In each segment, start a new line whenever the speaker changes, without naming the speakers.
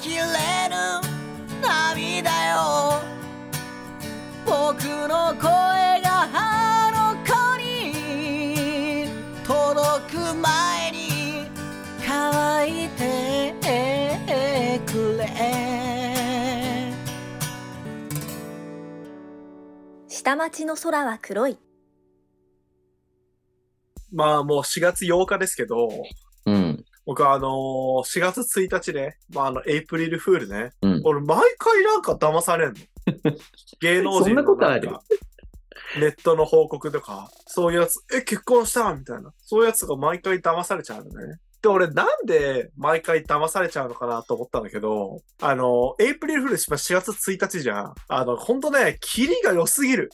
きれぬ涙よ僕の声があの子に届く前に乾いてくれ
下町の空は黒い。
まあもう4月8日ですけど、
うん。
僕はあのー4月1日ね、まああの、エイプリルフールね、
うん
俺毎回なんか騙さ れんの。芸能人の
そんなことある
んかネットの報告とか、そういうやつ、え、結婚したみたいな。そういうやつが毎回騙されちゃうのね。で、俺なんで毎回騙されちゃうのかなと思ったんだけど、あの、エイプリルフールしま4月1日じゃん。あの、ほんとね、キリが良すぎる。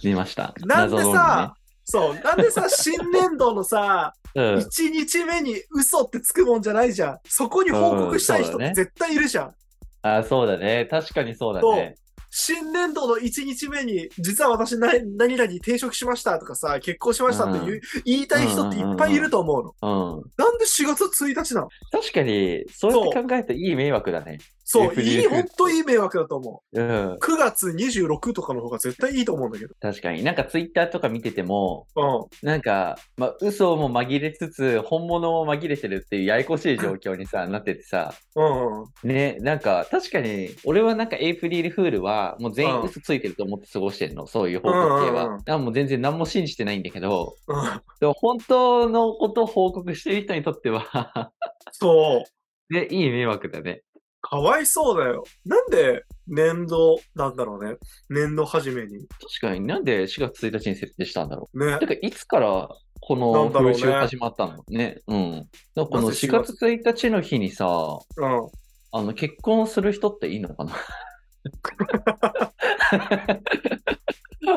出ました。
なんで
謎
さ、そう、なんで さ、新年度のさ、
論議ね、
1日目に嘘ってつくもんじゃないじゃん。そこに報告したい人
うんそうだね
絶対いるじゃん。
うん。あ、そうだね。確かにそうだね。
新年度の1日目に、実は私な何々に転職しましたとかさ、結婚しましたって言う言いたい人っていっぱいいると思うの。
うん。
なんで4月1日なの
確かに、そうやって考えるといい迷惑だね。
そ
エイ
う、
プリル
いい、
フー
ほ
ル
んといい迷惑だと思
うん
う。。9月26とかの方が絶対いいと思うんだけど。
確かに。なんかツイッターとか見てても、
うん。
なんか、まあ、嘘も紛れつつ、本物も紛れてるっていうややこしい状況にさ、なっててさ、
うん、うん。
ね、なんか、確かに、俺はなんかエイプリルフールは、もう全員
うん
嘘ついてると思って過ごしてるの、そういう報告系は。
うんうんうん
だからもう全然何も信じてないんだけど、
うん。
でも本当のことを報告してる人にとっては、
そう。
ね、いい迷惑だね。
かわいそうだよ。なんで年度なんだろうね。年度初めに。
確かになんで4月1日に設定したんだろ
ね
う。て。か、いつからこ
な
の
んだろうね
風習始まったのね。うん。だからこの
なぜ
4
4月
月1日の日にさ、
うん。
あの、結婚する人っていいのかな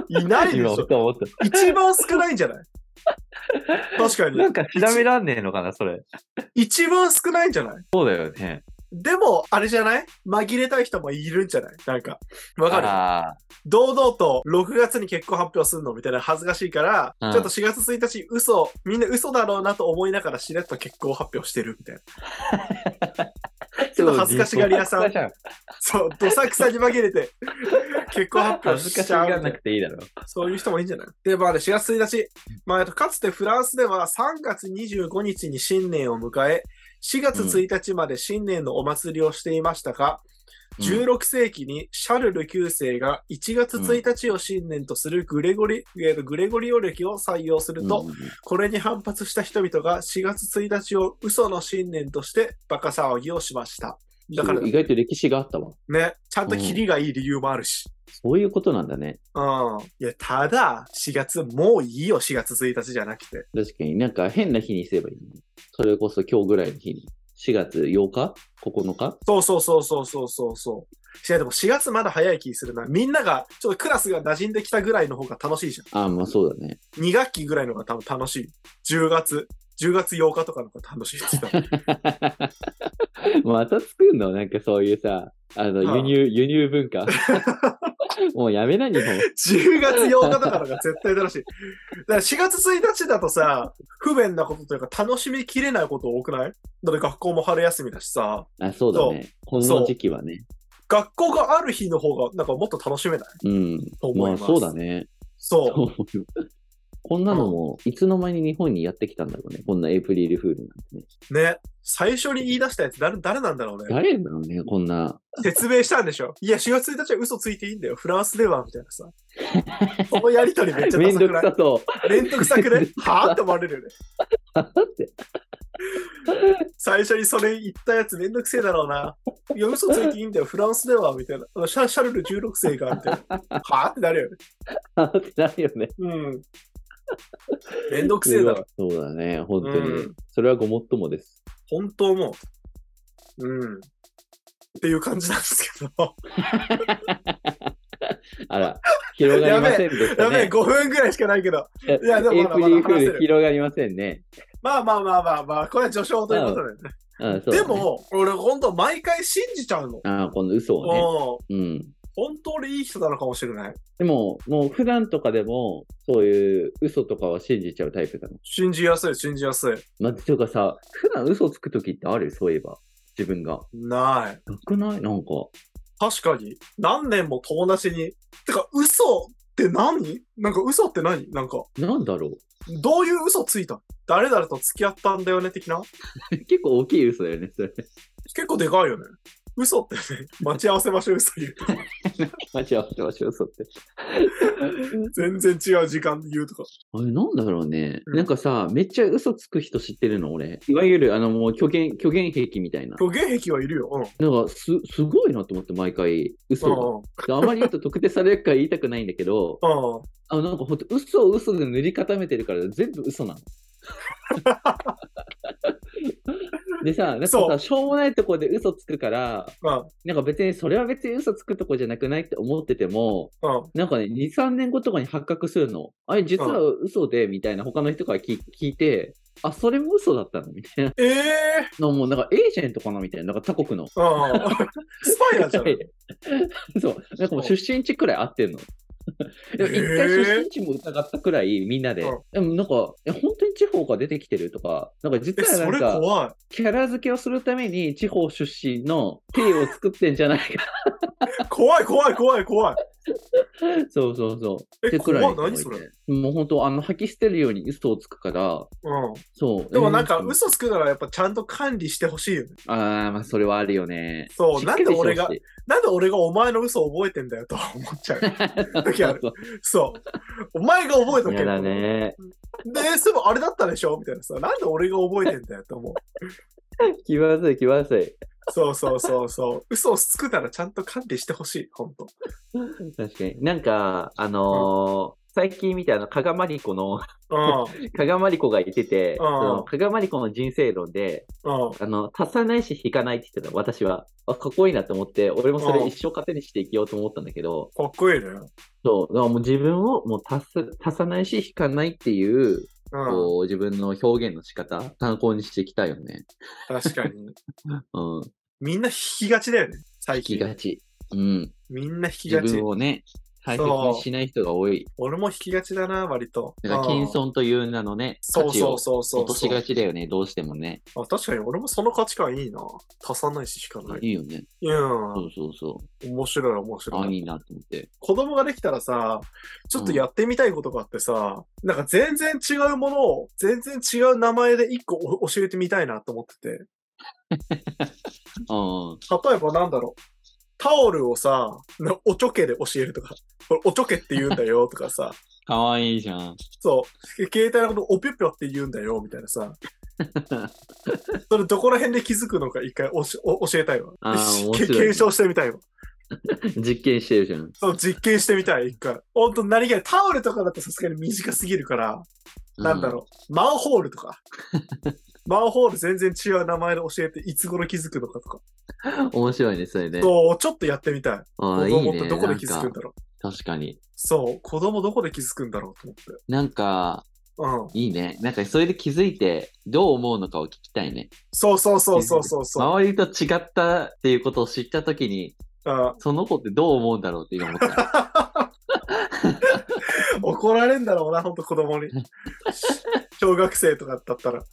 い
ないでし
今
ょ。
思った。
一番少ないんじゃ ない確かに。
なんか調べらんねえのかな、それ。
一番少ないんじゃない
そうだよね。
でも、あれじゃない紛れたい人もいるんじゃないなんか。わかる
あ
堂々と6月に結婚発表するのみたいな恥ずかしいから、
うん
ちょっと4月1日嘘、みんな嘘だろうなと思いながらしれっと結婚発表してるみたいな。
あ。
ちょっと恥ずかしがり屋さん
恥ずか
そう、どさくさに紛れて、結婚発表し
し
ちゃう
が
みた
ら
いな
なくていいだろ。
そういう人もいいんじゃないで、まあね、4月1日。まあ、えっとかつてフランスでは3月25日に新年を迎え、4月1日まで新年のお祭りをしていましたが、
うん
16世紀にシャルル9世が1月1日を新年とするグレゴリ、えっとグレゴリオ暦を採用すると、
うん
これに反発した人々が4月1日を嘘の新年としてバカ騒ぎをしました。だから
意外と歴史があったわ。
ね、ちゃんとキリがいい理由もあるし。
そういうことなんだね。
うん。いや、ただ、4月、もういいよ、4月1日じゃなくて。
確かになんか変な日にすればいいのに。それこそ今日ぐらいの日に。4月8日 ?9 日
そうそうそうそうそうそうそう。いや、でも4月まだ早い気するな。みんなが、ちょっとクラスが馴染んできたぐらいの方が楽しいじゃ
ああ、まあそうだね。
ん。2学期ぐらいの方が多分楽しい。10月、10月8日とかの方が 楽しいって言ってた
また作るのなんかそういうさ、あの、
ああ
輸入、輸入 文化。もうやめないよ。
10月8日とかの方が絶対楽しい。だから4月1日だとさ、不便なことというか楽しみきれないこと多くないだって学校も春休みだしさ、
あ、そうだね。この時期はね。
学校がある日の方がなんかもっと楽しめない
うん。
と思いま
まあ
す。
そうだね。
そう。
そう思うこんなのも、いつの間に日本にやってきたんだろうね。こんなエイプリルフールなんてね。
ね。最初に言い出したやつ誰、誰なんだろうね。
誰だろうね、こんな。
説明したんでしょ。いや、4月1日は嘘ついていいんだよ。フランスでは、みたいなさ。このやりとりめっちゃダ
めん
サ
ど
く
く
ない
さそ
めんどくさくねはぁって思われるよね。
う。だって
最初にそれ言ったやつめんどくせえだろうな。いや、嘘ついていいんだよ。フランスでは、みたいな。あのシャシャルル16世が、みたいな。はぁってなるよね。
あって なるよね。
うん。めんどくせえだろ。
そうだね、本当
う
に
ん。
それはごもっともです。
本当もう。うん。っていう感じなんですけど。
あら、広がりませんでした
やべえ、
ね。
5分ぐらいしかないけど。いやでも
エイ
まだ
プリルフ
まだ話せ
ー
る
ル広がりませんね。
まあまあまあまあまあ、これは序章ということでね。
うん、そうだ
で、
ね
も、俺ほんと毎回信じちゃうの。
あーこの嘘を
う
ね。うん。
ん。本当にいい人なのかもしれない。
でも、もう普段とかでも、そういう嘘とかは信じちゃうタイプだの。
信じやすい、信じやすい。
まあ、というかさ、普段嘘つくときってあるそういえば。自分が。
ない。
なくないなんか。
確かに。何年も友達に。てか、嘘って何なんか嘘って何なんか、
なんだろ
どういう嘘ついたの誰々と付き合ったんだよね的な
う 結構大きい嘘だよね、それ。
結構でかいよね。嘘ってね、待ち合わせ場所嘘言うとか、
間違ってましょう、嘘って。
全然違う時間で言うとか。
あれ、なんだろうね。
うん
なんかさ、めっちゃ嘘つく人知ってるの、俺。いわゆる、あの、もう虚言、虚言癖みたいな。
虚言癖はいるよ。うん。
なんか、す、すごいなと思って、毎回、嘘が。
う
であまり言うと特定されるから言いたくないんだけど、
ん。うん。
あ、なんかほんと、嘘を嘘で塗り固めてるから、全部嘘なの。 でさ、なんか
そ
さ、しょうもないとこで嘘つくから、
うん。
なんか別にそれは別に嘘つくとこじゃなくないって思ってても、
うん。
なんかね、2、3年後とかに発覚するの。あれ、実は嘘で、みたいな他の人から聞聞いて、あ、それも嘘だったのみたいな。
ええ
のもうなんかエージェントかなみたいな。なんか他国の。
ー。うん。スパイなんじゃない
そう。なんかもう出身地くらい合ってんの。 でも一
へ
回
ー
出身地も疑ったくらいみんなで
うん、
でもなんか、え本当に地方が出てきてるとか、なんか実
え、
はな
そ
ん
れ
か、
怖い。
キャラ付けをするために地方出身の体を作ってんじゃないか。
怖い怖い怖い怖い。
そうそうそう。
え
ってくらい
怖い何それ
もう本当、あの、吐き捨てるように嘘をつくから、
うん。
そう。
でもなんか
えー
嘘つくならやっぱちゃんと管理してほしいよね。
ああ、まあそれはあるよね。
そう
しっかり
なんで俺が
して
なんで俺がお前の嘘を覚えてんだよとは思っちゃう。
ほしい
時あるそう。お前が覚えとけ
嫌だね。
で、すぐあれだったでしょみたいなさ。なんで俺が覚えてんだよと思う。
気まずい気まずい。
そうそうそうそう。嘘をつくならちゃんと管理してほしい。ほんと。
確かに。なんか、あのー最近見たあの、加賀まりこの、
うん。
加賀まりこが言ってて、
うん
その加賀まりこの人生論で、
うん。
あの、足さないし引かないって言ってたの、私は。あ、かっこいいなと思って、俺もそれ一生糧にしていきようと思ったんだけど、
かっこいいね。
そう、だからもう自分をもう足す、足さないし引かないっていう、
うん。
こう、自分の表現の仕方、参考にしていきたいよね。
確かに。
うん、
みんな引きがちだよね。最
引き
近。
がち。うん、
みんな引き
自
がち
分。をね、大切にしない人が多い。
俺も引きがちだな、割と。
だから、
うん
謙遜という名のね、価
そう
値
そ
を
うそうそう
落としがちだよね、どうしてもね。
あ。確かに俺もその価値観いいな。足さないし引かない。
いいよね。
うん
そ。うそうそ
面白い面
う。あ
白
あ、
い。
いいなと思って。
子供ができたらさ、ちょっとやってみたいことがあってさ、なんか全然違うものを、全然違う名前で一個お教えてみたいなと思ってて。
うん。
例えばなんだろう。タオルをさ、なおちょけで教えるとか、これおちょけって言うんだよとかさ、
かわいいじゃん。
そう、携帯のことおぴょぴょって言うんだよみたいな さ、それどこら辺で気づくのか一回おしお教えたいわ。
あー
し
面白
け
いね
検証してみたいわ。
実験してるじゃん。
そう、実験してみたい、一回。ほんと何気ない。タオルとかだとさすがに短すぎるから、なんだろう、マンホールとか。 マンホール全然違う名前で教えて、いつ頃気づくのかとか。
うん。面白いね、それね。
そう、ちょっとやってみたい。
あ
子
あ、いい
供って
ね。
どこで気づ
な
くん
んか
だろう。
確かに。
そう、子供どこで気づくんだろうと思
なんか、
って。うん。
いいね。なんか、それで気づいて、どう思うのかを聞きたいね。
そうそうそうそうそうそう。
周りと違ったっていうことを知ったときに、
うん、
その子ってどう思うんだろうって今思った。
怒られんだろうな、ほんと子供 に。小学生とかだったら。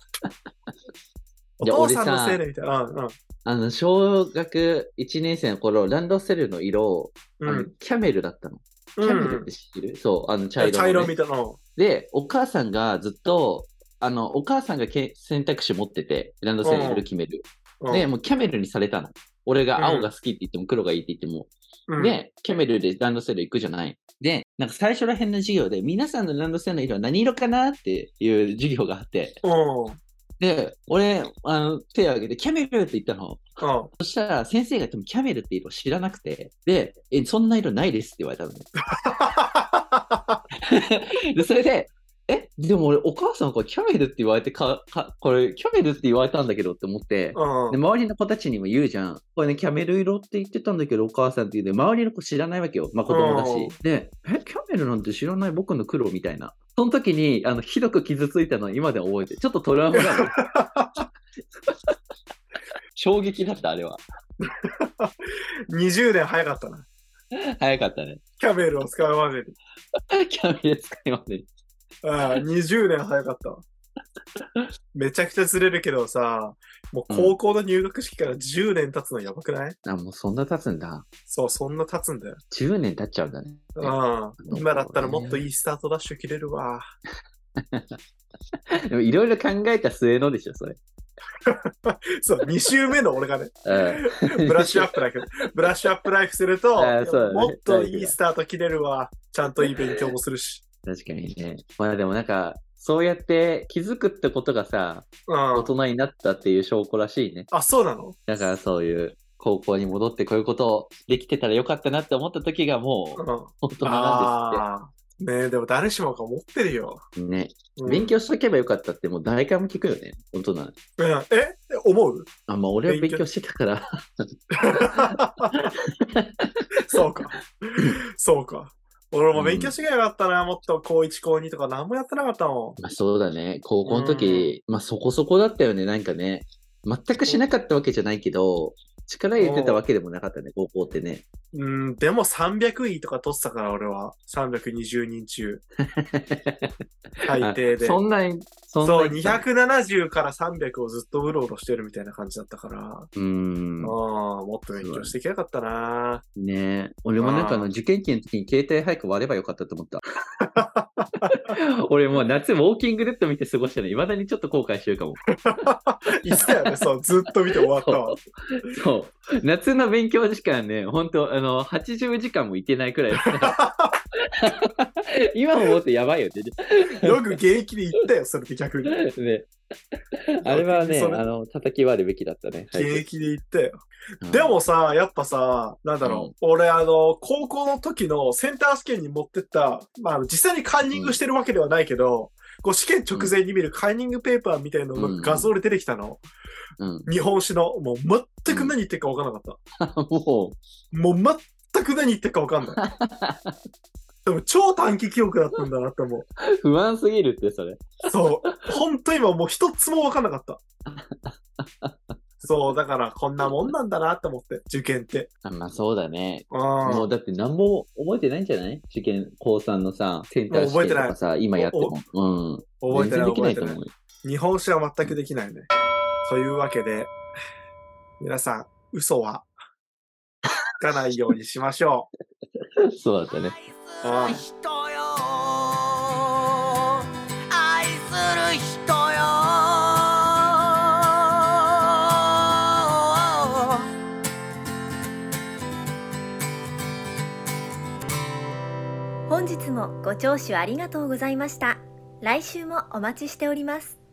お
いや
父さん
俺
の
さ
せいでみたいな。うん
あの、小学1年生の頃、ランドセルの色、
う
あの
ん。
キャメルだったの。キ
う
ャ
ん。
メルって知ってる、そう、あの茶
うん。
色の、ね。
茶色みたいな。うん
で、お母さんがずっと、あの、お母さんがけ選択肢持ってて、ランドセルの色決める。
うん
で、もうキャメルにされたの。俺が
う
青
ん
が好きって言っても黒がいいって言っても。
うん、
で、キャメルでランドセル行くじゃない。で、なんか最初ら辺の授業で、皆さんのランドセルの色は何色かなっていう授業があって。
うん。うん。
で、俺、あの、手を挙げて、キャメルって言ったの。そしたら、先生がでもキャメルって色知らなくて。で、え、そんな色ないですって言われたのね。で、それで、え、でも俺、お母さんからキャメルって言われてか、か、これ、キャメルって言われたんだけどって思って、
うん
で、周りの子たちにも言うじゃん。これね、キャメル色って言ってたんだけど、お母さんって言うんで、周りの子知らないわけよ。まあ子供だ
うん
し。で、え、キャメルなんて知らない僕の苦労みたいな。その時に、あの、ひどく傷ついたのを今で覚えて、ちょっとトラウマだ わ。衝撃だった、あれは。
20年早かったな。
早かったね。
キャメルを使うまでに。
キャメル使いません。
ああ、20年早かったわ。めちゃくちゃずれるけどさ、もう高校の入学式から10年経つのやばくない、
あ、もうそんな経つんだ。
そう、そんな経つんだよ。
10年経っちゃうんだね。
うん。今だったらもっといいスタートダッシュ切れるわ。
でもいろいろ考えた末のでしょ、それ。
そう、2週目の俺がね、
うん。
ブラッシュアップ ライフ、ブラッシュアップライフすると、
あーそうだね
もっといいスタート切れるわ。ちゃんといい勉強もするし。
確かにね。まあでもなんか、そうやって気づくってことがさ、
う
大
ん。
人になったっていう証拠らしいね。
あ、そうなの
だからそういう高校に戻ってこういうことをできてたらよかったなって思った時がも
う。
うん
あ
大人なん
あー。ねえ、でも誰しもが持ってるよ。
ですって。ね。
うん
勉強しとけばよかったってもう誰からも聞くよね。大人。
うん、え思う
あ、まあ俺は
勉
勉
強
強してたから。
そう か。そうか。俺も勉強しがよかったな、もっと高1、高2とか何もやってなかったもん。
まあそうだね。高校の時、まあそこそこだったよね。なんかね。全くしなかったわけじゃないけど、力入れてたわけでもなかったね、高校ってね。
うん、でも300位とか取ってたから、俺は。320人 中。最低で。
あそんなに、そんな
そう、
に。
270から300をずっとうろうろしてるみたいな感じだったから、あ
うーん
あ。もっと勉強していけなかったな。
ねえ。俺もなんかあの、
あー
受験期の時に携帯早く割ればよかったと思った。 俺もう夏ウォーキングデッド見て過ごしたの、いまだにちょっと後悔してるかも。
いつだよね、そう、ずっと見て終わったわ。
そう。夏の勉強時間ね、本当あの、80時間もいけないく らい。今も思ってやばいよね。
よく現役で行ったよ、それで逆に。
ねあれはね、
それ
あの、叩き割るべきだったね。
現役で行ったよ。
うん
でもさ、やっぱさ、なんだろう、俺、あの、高校の時のセンター試験に持ってった、まああの、実際にカンニングしてるわけではないけど、こう試験直前に見るカンニングペーパーみたいなのが画像で出てきたの。
うん。
日本史の。もう全く何言ってるか分からなかっ
も
た。もう全く何言ってるか分かん ない。でも超短期記憶だったんだなって思
う、不安すぎるって、それ。
う。そう。ほんと今もう一つも分かんなかった。そう、だからこんなもんなんだなって思って、受験って。
あまあ、そうだね。
うん。
もうだって何も覚えてないんじゃない受験、高3のさ、センター試験とかさ、今やっても。うん。
覚えて
全然
ない覚
できな
え
い
て
と
ない
思。うよ。
日本史は全くできないね。というわけで、皆さん、嘘はつかないようにしましょう。
そうだったね。
ああ
愛する人よ愛する人よ
本日もご聴取ありがとうございました来週もお待ちしております